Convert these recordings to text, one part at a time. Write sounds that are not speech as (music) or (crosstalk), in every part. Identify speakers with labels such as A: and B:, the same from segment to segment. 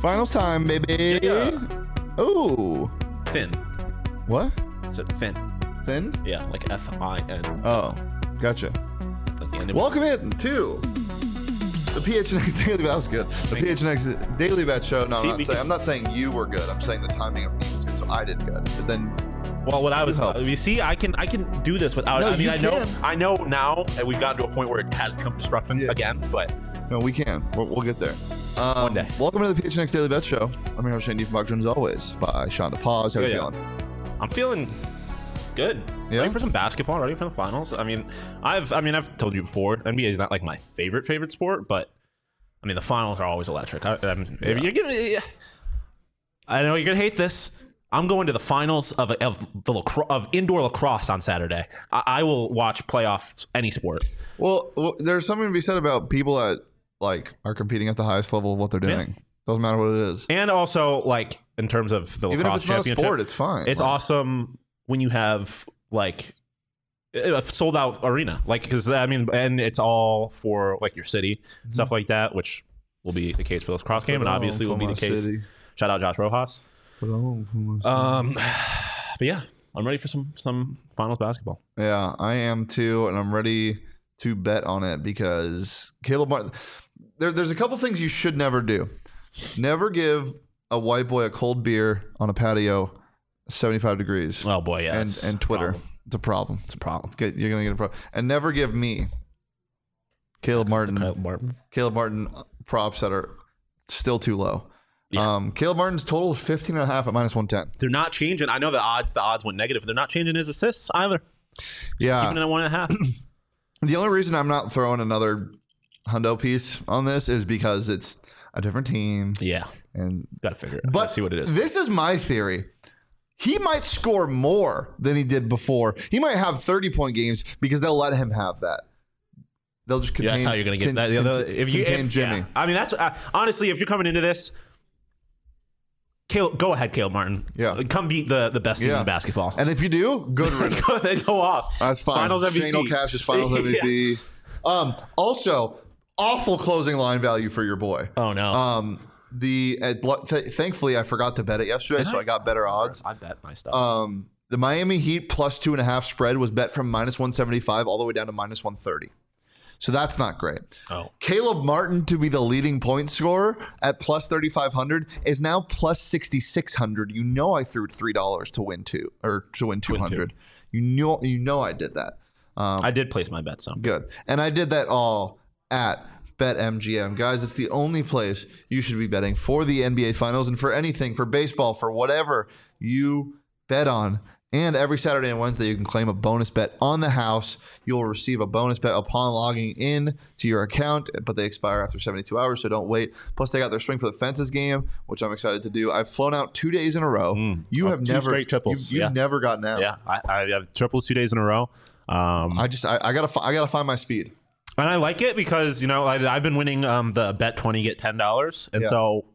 A: Finals time, baby.
B: Yeah.
A: Ooh.
B: Finn.
A: What?
B: Is it Finn?
A: Thin?
B: Yeah, like F I N.
A: Oh, gotcha.
B: Like the end of-
A: Welcome in to the PHNX Daily. That was good. The
B: Thank you.
A: PHNX Daily Bet Show. No,
B: See,
A: I'm,
B: we
A: not saying,
B: can-
A: I'm not saying you were good. I'm saying the timing of me was good, so I did good. But then,
B: Well, what I was,
A: helped.
B: you see, I can I can do this without.
A: No,
B: I mean,
A: you
B: I know
A: can.
B: I know now that we've gotten to a point where it has become disruptive
A: Yeah.
B: again, but
A: no, we can. We'll, we'll get there. Um,
B: One day.
A: Welcome to the PHNX Daily Bet Show. I'm your host, Shane Diefenbach, joined as always by Sean DePaz. How are you
B: Yeah, yeah.
A: feeling?
B: I'm feeling good.
A: Yeah?
B: Ready for some basketball? Ready for the finals? I mean, I've I mean I've told you before, NBA is not like my favorite favorite sport, but I mean the finals are always electric. I, I'm, if
A: Yeah.
B: You're giving. I know you're gonna hate this. I'm going to the finals of of the lacro- of indoor lacrosse on Saturday. I, I will watch playoffs any sport.
A: Well, well, there's something to be said about people that like are competing at the highest level of what they're
B: Yeah.
A: doing. Doesn't matter what it is.
B: And also, like in terms of the
A: Even if
B: lacrosse
A: it's not a
B: championship,
A: sport, it's fine.
B: it's
A: Like,
B: awesome when you have like a sold out arena, like because I mean, and it's all for like your city stuff like that, which will be the case for this cross game, and
A: Oh,
B: obviously will
A: Mm-hmm. for
B: be the
A: my
B: case.
A: city.
B: Shout out Josh Rojas.
A: Oh, for my
B: Um, (sighs) but yeah, I'm ready for some some finals basketball.
A: Yeah, I am too, and I'm ready to bet on it because Caleb Martin. There, there's a couple things you should never do. Never give a white boy a cold beer on a patio, 75 degrees,
B: Oh boy, yeah,
A: and
B: that's
A: and
B: a
A: Twitter.
B: problem.
A: It's a problem.
B: It's a problem.
A: Get- You're gonna get a problem. And never give me Caleb
B: Kyle
A: Martin.
B: Martin.
A: Caleb Martin props that are still too low.
B: Yeah.
A: Um, Caleb Martin's total is 15 and a half at minus 110.
B: They're not changing. I know the odds. The odds went negative. They're not changing his assists either.
A: Yeah,
B: Keeping it at one and
A: (clears throat)
B: a half.
A: The only reason I'm not throwing another hundo piece on this is because it's a different team
B: yeah,
A: and
B: gotta figure it. out.
A: but
B: Gotta see what it is.
A: This is my theory. He might score more than he did before. He might have 30 point games because they'll let him have that. They'll just contain
B: yeah, that's how you're gonna get
A: con-
B: that. the other-
A: contain-
B: if you
A: contain
B: if,
A: Jimmy.
B: yeah. I mean, that's uh, honestly, if you're coming into this, Caleb, go ahead, Caleb Martin. Uh,
A: Yeah.
B: come beat the the best team
A: Yeah.
B: in basketball.
A: And if you do, good riddance.
B: (laughs) go, they go off.
A: That's fine.
B: Finals MVP.
A: Shane O'Cash is
B: (laughs)
A: finals MVP. Um, also, awful closing line value for your boy.
B: Oh no.
A: Um, the at, th- thankfully I forgot to bet it yesterday,
B: Did
A: so
B: I?
A: I got better odds.
B: I bet my stuff.
A: Um, the Miami Heat plus two and a half spread was bet from minus 175 all the way down to minus 130. So that's not great.
B: oh.
A: Caleb Martin to be the leading point scorer at plus 3,500 is now plus 6,600. You know I threw $3 to win two or to win 200. You know, you know I did that. Um,
B: I did place my bet, so
A: good. And I did that all at BetMGM. Guys, it's the only place you should be betting for the NBA Finals and for anything, for baseball, for whatever you bet on. And every Saturday and Wednesday, you can claim a bonus bet on the house. You'll receive a bonus bet upon logging in to your account, but they expire after 72 hours, so don't wait. Plus, they got their Swing for the Fences game, which I'm excited to do. I've flown out two days in a row.
B: Mm.
A: you
B: Oh,
A: have
B: two
A: never
B: straight triples,
A: You've, you've
B: yeah.
A: never gotten out.
B: yeah, I, I have triples two days in a row. Um,
A: I just I, I gotta fi- I gotta find my speed.
B: and I like it because you know I, I've been winning um, the bet twenty get ten dollars, and
A: Yeah.
B: so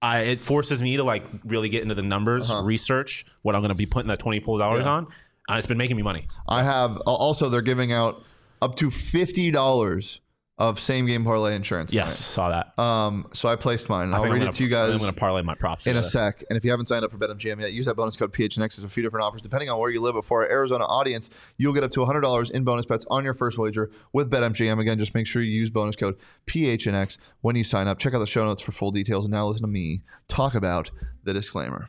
B: I it forces me to like really get into the numbers,
A: Uh-huh.
B: research what I'm going to be putting that twenty four dollars
A: Yeah.
B: on, and it's been making me money.
A: I have al- also they're giving out up to fifty dollars of same game parlay insurance.
B: Yes, saw that.
A: tonight. Um. So I placed mine. I'll read
B: am
A: it to you guys
B: I'm going to parlay my props
A: in a
B: together.
A: sec. And if you haven't signed up for BetMGM yet, use that bonus code PHNX. There's a few different offers depending on where you live. But for our Arizona audience, you'll get up to $100 in bonus bets on your first wager with BetMGM. Again, just make sure you use bonus code PHNX when you sign up. Check out the show notes for full details. And now listen to me talk about the disclaimer.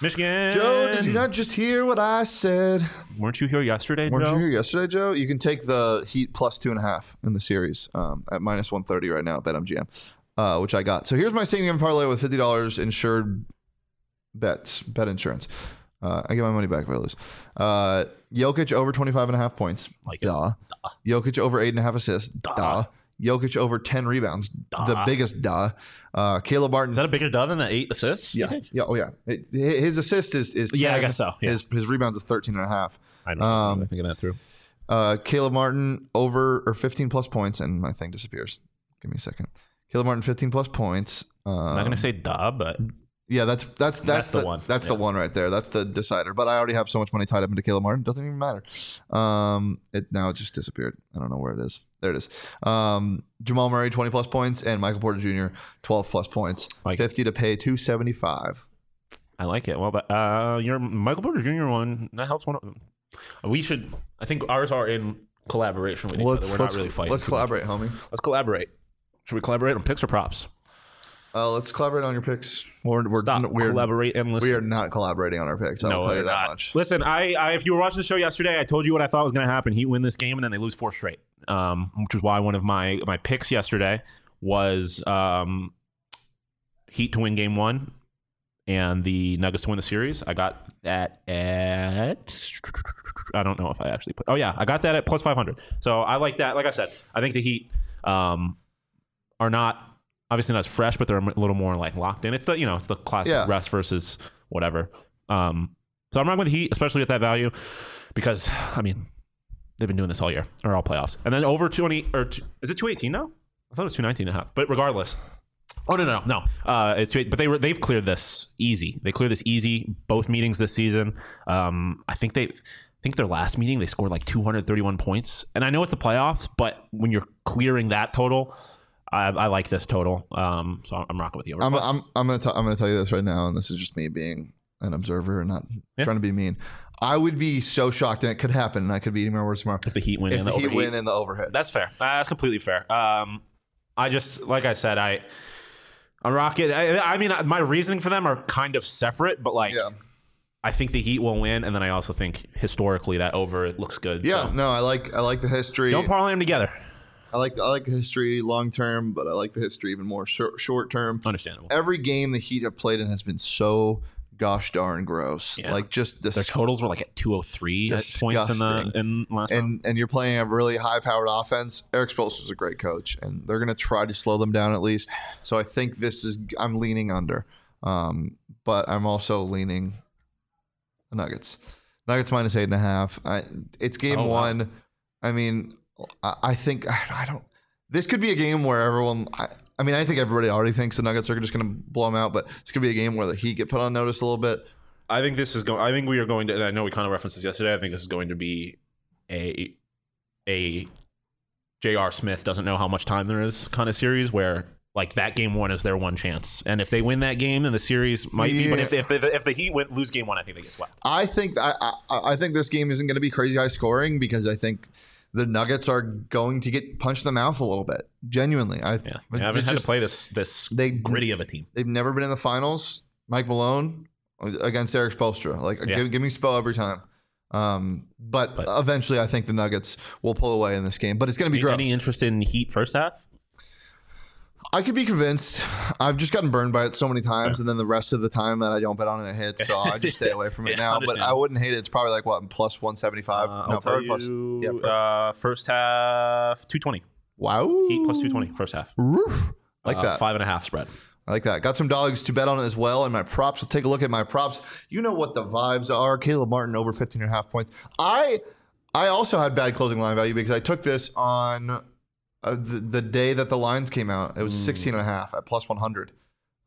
B: Michigan.
A: Joe, did you not just hear what I said?
B: Weren't you here yesterday,
A: Weren't
B: Joe?
A: you here yesterday, Joe? You can take the Heat plus two and a half in the series um, at minus 130 right now at BetMGM, uh, which I got. So here's my same game parlay with $50 insured bets, bet insurance. Uh, I get my money back if I lose. Uh, Jokic over 25 and a half points.
B: Like it.
A: duh. Jokic over eight and a half assists. Duh. Jokic over 10 rebounds. The biggest duh. Uh, Caleb Barton.
B: Is that a bigger dub than the eight assists? you
A: yeah.
B: think?
A: Yeah. Oh, yeah. It- his assist is, is
B: Yeah, I
A: 10.
B: guess so, yeah.
A: His, his rebounds is 13 and a half.
B: I don't know.
A: Um,
B: I'm thinking that through.
A: Uh, Caleb Martin over or 15 plus points, and my thing disappears. Give me a second. Caleb Martin 15 plus points. Um,
B: I'm not gonna say duh, but
A: yeah, that's that's that's,
B: That's
A: the,
B: the one.
A: That's the
B: Yeah.
A: one right there. That's the decider. But I already have so much money tied up into Caleb Martin. Doesn't even matter. Um, it now it just disappeared. I don't know where it is. There it is. Um, Jamal Murray 20 plus points and Michael Porter Jr. 12 plus points.
B: Like-
A: 50 to pay 275.
B: I like it. Well, but uh, your Michael Porter Jr. one that helps. One. Of them. We should. I think ours are in collaboration with each
A: Let's
B: other. We're
A: let's,
B: not really fighting.
A: let's
B: too much.
A: collaborate, homie.
B: Let's collaborate. Should we collaborate on picks or props?
A: Uh, let's collaborate on your picks. We're we're
B: Stop.
A: we're,
B: collaborate and listen.
A: we are not collaborating on our picks. I'll
B: No,
A: tell you
B: we're
A: that
B: not.
A: much.
B: Listen, I, I if you were watching the show yesterday, I told you what I thought was going to happen. Heat win this game, and then they lose four straight. Um, which is why one of my my picks yesterday was um, Heat to win game one, and the Nuggets to win the series. I got that at I don't know if I actually put. Oh yeah, I got that at plus five hundred. So I like that. Like I said, I think the Heat um, are not obviously not as fresh, but they're a little more like locked in. It's the you know it's the classic
A: Yeah.
B: rest versus whatever. Um, so I'm not going to Heat, especially at that value, because I mean they've been doing this all year or all playoffs. And then over 20 or t- is it 218 now? I thought it was 219 and a half. But regardless. Oh no no no! no. Uh, it's 218 but they were they've cleared this easy. They cleared this easy both meetings this season. Um, I think they I think their last meeting they scored like 231 points. And I know it's the playoffs, but when you're clearing that total, I, I like this total. Um, so I'm rocking with you.
A: I'm, I'm, I'm gonna t- I'm gonna tell you this right now, and this is just me being an observer and not
B: Yeah.
A: trying to be mean. I would be so shocked, and it could happen, and I could be eating my words tomorrow.
B: if the Heat win
A: If
B: and
A: the
B: the
A: Heat
B: overheat.
A: win in the overhead,
B: That's fair. Uh, that's completely fair. Um, I just like I said, I I rock it. I, I mean, I- my reasoning for them are kind of separate, but like
A: Yeah.
B: I think the Heat will win, and then I also think historically that over looks good.
A: yeah.
B: so.
A: No, I like I like the history.
B: don't parlay them together.
A: I like I like the history long term, but I like the history even more short short term.
B: Understandable.
A: Every game the Heat have played in has been so gosh darn gross.
B: Yeah.
A: Like just this
B: Their totals were like at 203 at points in the
A: Disgusting.
B: in last round.
A: and and you're playing a really high powered offense. Eric Spoelstra is a great coach, and they're going to try to slow them down at least. So I think this is I'm leaning under, um, but I'm also leaning the Nuggets. Nuggets minus eight and a half. I, it's game
B: Oh, wow.
A: one. I mean, I, I think I, I don't. This could be a game where everyone. I, I mean, I think everybody already thinks the Nuggets are just going to blow them out, but this could be a game where the Heat get put on notice a little bit.
B: I think this is going. I think we are going to. And I know we kind of referenced this yesterday. I think this is going to be a a J.R. Smith doesn't know how much time there is kind of series where like that game one is their one chance, and if they win that game, then the series might be. But if if, if, if the Heat win, lose game one, I think they get swept.
A: I think I, I I think this game isn't going to be crazy high scoring because I think the Nuggets are going to get punched in the mouth a little bit. Genuinely, I
B: Yeah,
A: but
B: I haven't
A: it's
B: had
A: just-
B: to play this this
A: they
B: gritty of a team.
A: They've never been in the finals. Mike Malone against Eric Spoelstra, like
B: Yeah.
A: give, give me Spo every time. Um, but,
B: But-
A: eventually, I think the Nuggets will pull away in this game. But it's going to be gross.
B: Any interest in Heat first half?
A: Uh, I could be convinced. I've just gotten burned by it so many times, and then the rest of the time that I don't bet on it, it hits. So I just stay away from it
B: (laughs) Yeah,
A: now. But I
B: understandable.
A: wouldn't hate it. It's probably like what plus one seventy five.
B: Uh, I'll tell you.
A: yeah, per-
B: uh, first half two twenty.
A: Wow.
B: uh, Heat plus two twenty. First half.
A: Roof. Like
B: Uh,
A: that.
B: Five and a half spread.
A: I like that. Got some dogs to bet on as well. And my props. Let's take a look at my props. You know what the vibes are. Caleb Martin over 15 and a half points. I I also had bad closing line value because I took this on uh, the, the day that the lines came out. It was 16 and a half at plus 100.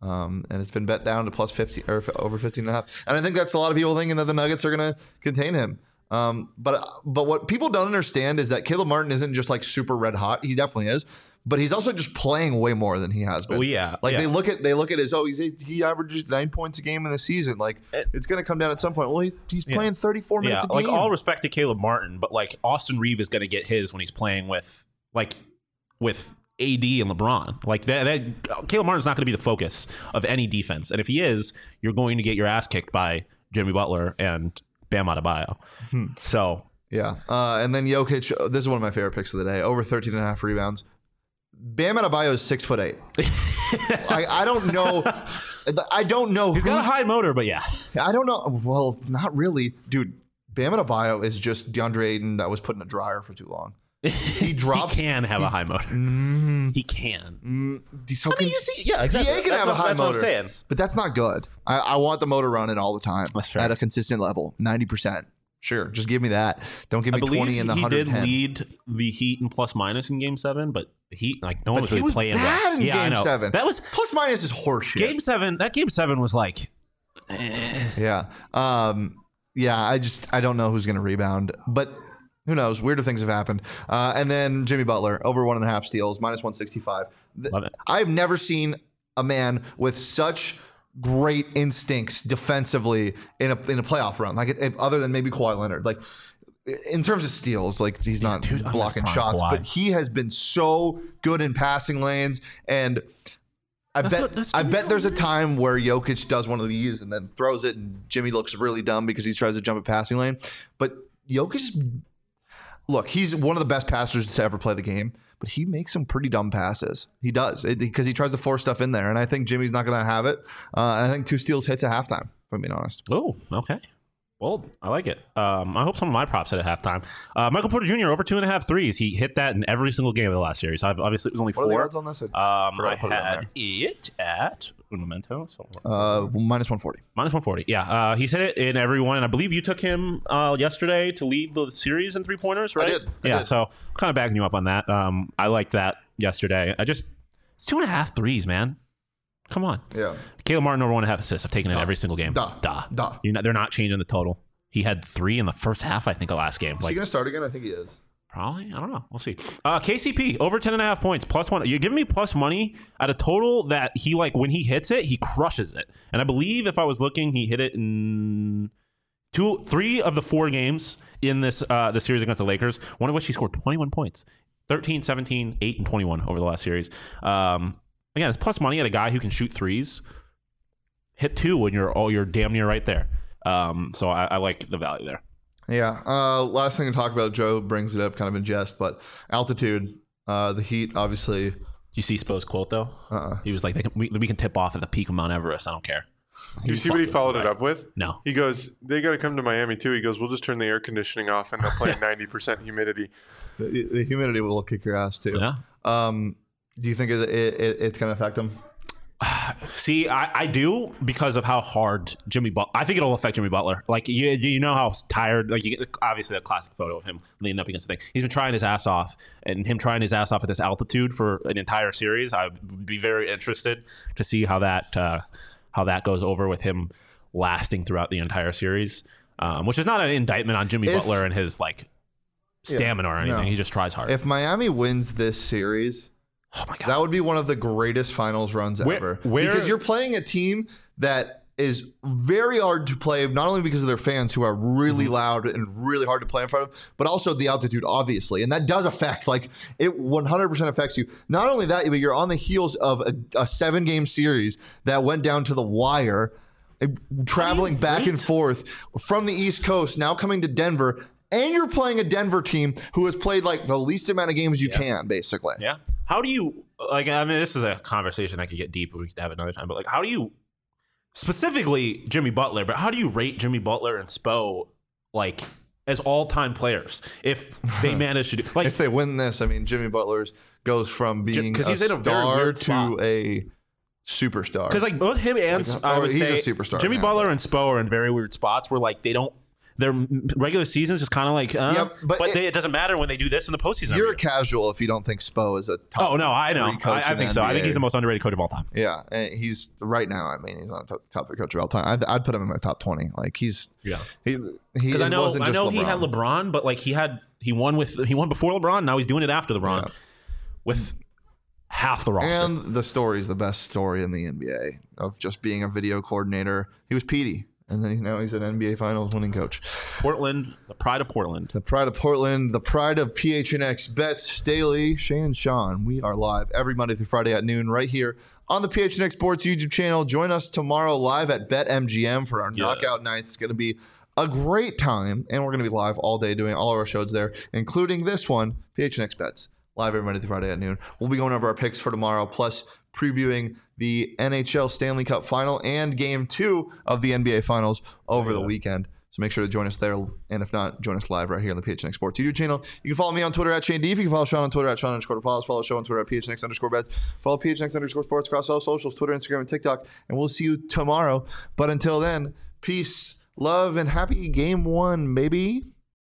A: Um, and it's been bet down to plus 50 or f- over 15 and a half. And I think that's a lot of people thinking that the Nuggets are going to contain him. Um, but but what people don't understand is that Caleb Martin isn't just like super red hot. He definitely is, but he's also just playing way more than he has been.
B: Oh, yeah,
A: like
B: yeah.
A: they look at they look at his oh he's he averages nine points a game in the season. Like
B: It-
A: it's going to come down at some point. Well, he's, he's
B: Eh. Yeah.
A: playing 34 minutes
B: Yeah,
A: a game.
B: like all respect to Caleb Martin, but like Austin Reeve is going to get his when he's playing with like with AD and LeBron. Like that, that Caleb Martin's not going to be the focus of any defense, and if he is, you're going to get your ass kicked by Jimmy Butler and Bam Adebayo. So
A: Yeah. Uh, and then Jokic, oh, this is one of my favorite picks of the day, over 13 and a half rebounds. Bam Adebayo is six foot
B: (laughs)
A: eight. I, I don't know. I don't know.
B: he's
A: who-
B: got a high motor, but yeah,
A: I don't know. Well, not really. Dude, Bam Adebayo is just DeAndre Ayton that was put in a dryer for too
B: (laughs)
A: long. He drops.
B: he can have a high motor. He can.
A: Hmm. He's so
B: I mean,
A: con-
B: you see, yeah, exactly.
A: DA can
B: That's
A: have
B: what-
A: a high
B: that's
A: motor,
B: What I'm saying.
A: but that's not good. I, I want the motor running all the time
B: That's fair.
A: at a consistent level, ninety percent. Sure, just give me that. Don't give
B: I
A: me
B: believe
A: twenty and the
B: he
A: hundred
B: did
A: ten.
B: lead the Heat in plus minus in Game Seven, but the Heat like no
A: But
B: one was
A: he
B: really
A: was
B: playing
A: bad
B: well.
A: in
B: yeah, I
A: Game
B: know.
A: Seven.
B: That was
A: Plus minus is horseshit.
B: Game Seven. That Game Seven was like
A: Yeah. Um, yeah, I just I don't know who's gonna rebound, but who knows? Weirder things have happened. Uh, and then Jimmy Butler over one and a half steals, minus one sixty five.
B: Love it.
A: I've never seen a man with such great instincts defensively in a in a playoff run. Like if, other than maybe Kawhi Leonard, like in terms of steals, like he's not
B: dude, I miss
A: blocking
B: prime
A: shots,
B: Kawhi.
A: but he has been so good in passing lanes and. I
B: That's
A: bet
B: what- that's
A: I
B: good.
A: bet there's a time where Jokic does one of these and then throws it, and Jimmy looks really dumb because he tries to jump a passing lane. But Jokic, look, he's one of the best passers to ever play the game, but he makes some pretty dumb passes. He does because he tries to force stuff in there, and I think Jimmy's not going to have it. Uh, and I think two steals hits at halftime. If I'm being honest,
B: oh okay. Bold. I like it. Um, I hope some of my props hit at halftime. Uh, Michael Porter Jr. over two and a half threes. He hit that in every single game of the last series. I've, obviously, it was only
A: what are the
B: four.
A: odds on this?
B: Um,
A: Forgot
B: I
A: to put it on
B: had
A: there.
B: it at un momento. So
A: Uh, minus one forty.
B: Minus 140. Yeah. Uh, he's hit it in every one. And I believe you took him uh, yesterday to lead the series in three pointers, right?
A: did. I
B: yeah.
A: did.
B: So kind of backing you up on that. Um, I liked that yesterday. I just, it's two and a half threes, man. Come on.
A: Yeah,
B: Caleb Martin over one and a half assists. I've taken it every single game.
A: Duh.
B: Duh.
A: Duh.
B: You're not, they're not changing the total. He had three in the first half, I think, of last game.
A: is he
B: Like,
A: going to start again? I think he is.
B: Probably. I don't know. We'll see. Uh, KCP over 10 and a half points, plus one. You're giving me plus money at a total that he like when he hits it, he crushes it. And I believe if I was looking, he hit it in two, three of the four games in this uh, the series against the Lakers. One of which he scored 21 points, 13, 17, 8, and 21 over the last series. Um, again, it's plus money at a guy who can shoot threes. Hit two when you're all you're damn near right there. Um, so I, I like the value there.
A: Yeah. Uh, last thing to talk about. Joe brings it up kind of in jest, but altitude. Uh, the Heat, obviously.
B: Do you see Spo's quote though?
A: Uh-uh.
B: He was like, they can, we, we can tip off at the peak of Mount Everest. I don't care.
C: You see what he followed it up with?
B: No.
C: He goes, they got to come to Miami too. He goes, we'll just turn the air conditioning off and they'll play 90% humidity.
A: The, the humidity will kick your ass too.
B: Yeah.
A: Um, do you think it, it, it it's going to affect them?
B: See, I, I do because of how hard Jimmy Butler. I think it'll affect Jimmy Butler. Like you, you know how tired. Like you get obviously that classic photo of him leaning up against the thing. He's been trying his ass off, and him trying his ass off at this altitude for an entire series. I'd be very interested to see how that uh, how that goes over with him lasting throughout the entire series. Um, which is not an indictment on Jimmy
A: If-
B: Butler and his like stamina or anything.
A: no.
B: He just tries hard.
A: If Miami wins this series,
B: oh my god.
A: that would be one of the greatest finals runs
B: Where-
A: ever.
B: where-
A: because you're playing a team that is very hard to play, not only because of their fans who are really loud and really hard to play in front of, but also the altitude, obviously. And that does affect, like, it 100% affects you. Not only that, but you're on the heels of a, a seven game series that went down to the wire. uh, Traveling back and forth from the East Coast, now coming to Denver, and you're playing a Denver team who has played like the least amount of games you can, basically.
B: Yeah. How do you like? I mean, this is a conversation that could get deep. We could have another time. But like, how do you specifically Jimmy Butler? But how do you rate Jimmy Butler and Spo like as all time players if
A: (laughs)
B: they manage to do like?
A: if they win this, I mean, Jimmy Butler's goes from being a
B: 'cause he's in a very
A: star
B: weird
A: to
B: spot.
A: a superstar.
B: Because like both him and
A: Like,
B: I would
A: he's a
B: say
A: superstar
B: Jimmy
A: now,
B: Butler and Spo are in very weird spots where like they don't their m- regular seasons just kind of like, uh,
A: Yep, but
B: but,
A: it-
B: they, it doesn't matter when they do this in the postseason. every
A: You're
B: year.
A: a casual if you don't think Spo is a top.
B: Oh no, I know.
A: three coach
B: I, I
A: in
B: think so. I think
A: NBA.
B: he's the most underrated coach of all time.
A: Yeah, and he's right now. I mean, he's not a top, top three coach of all time. I'd, I'd put him in my top twenty. Like he's
B: Yeah.
A: he he
B: Because I
A: it
B: know,
A: wasn't
B: I
A: just
B: know
A: LeBron.
B: he had LeBron, but like he had he won with he won before LeBron. Now he's doing it after LeBron
A: Yeah.
B: with half the roster.
A: And the story is the best story in the NBA of just being a video coordinator. He was Petey, and then now he's an NBA Finals winning coach.
B: Portland, the pride of Portland.
A: The pride of Portland, the pride of PHNX, Betts, Staley, Shane, and Sean. We are live every Monday through Friday at noon right here on the PHNX Sports YouTube channel. Join us tomorrow live at BetMGM for our
B: Yeah.
A: knockout nights. It's going to be a great time, and we're going to be live all day doing all of our shows there, including this one, PHNX Bets, live every Monday through Friday at noon. We'll be going over our picks for tomorrow, plus previewing the NHL Stanley Cup Final and Game Two of the NBA Finals over the weekend. So make sure to join us there, and if not, join us live right here on the PHNX Sports YouTube channel. You can follow me on Twitter at Shane Deef. You can follow Sean on Twitter at Sean underscore Apollos. Follow the show on Twitter at PHNX underscore Bets. Follow PHNX underscore Sports across all socials, Twitter, Instagram, and TikTok. And we'll see you tomorrow. But until then, peace, love, and happy Game One, baby.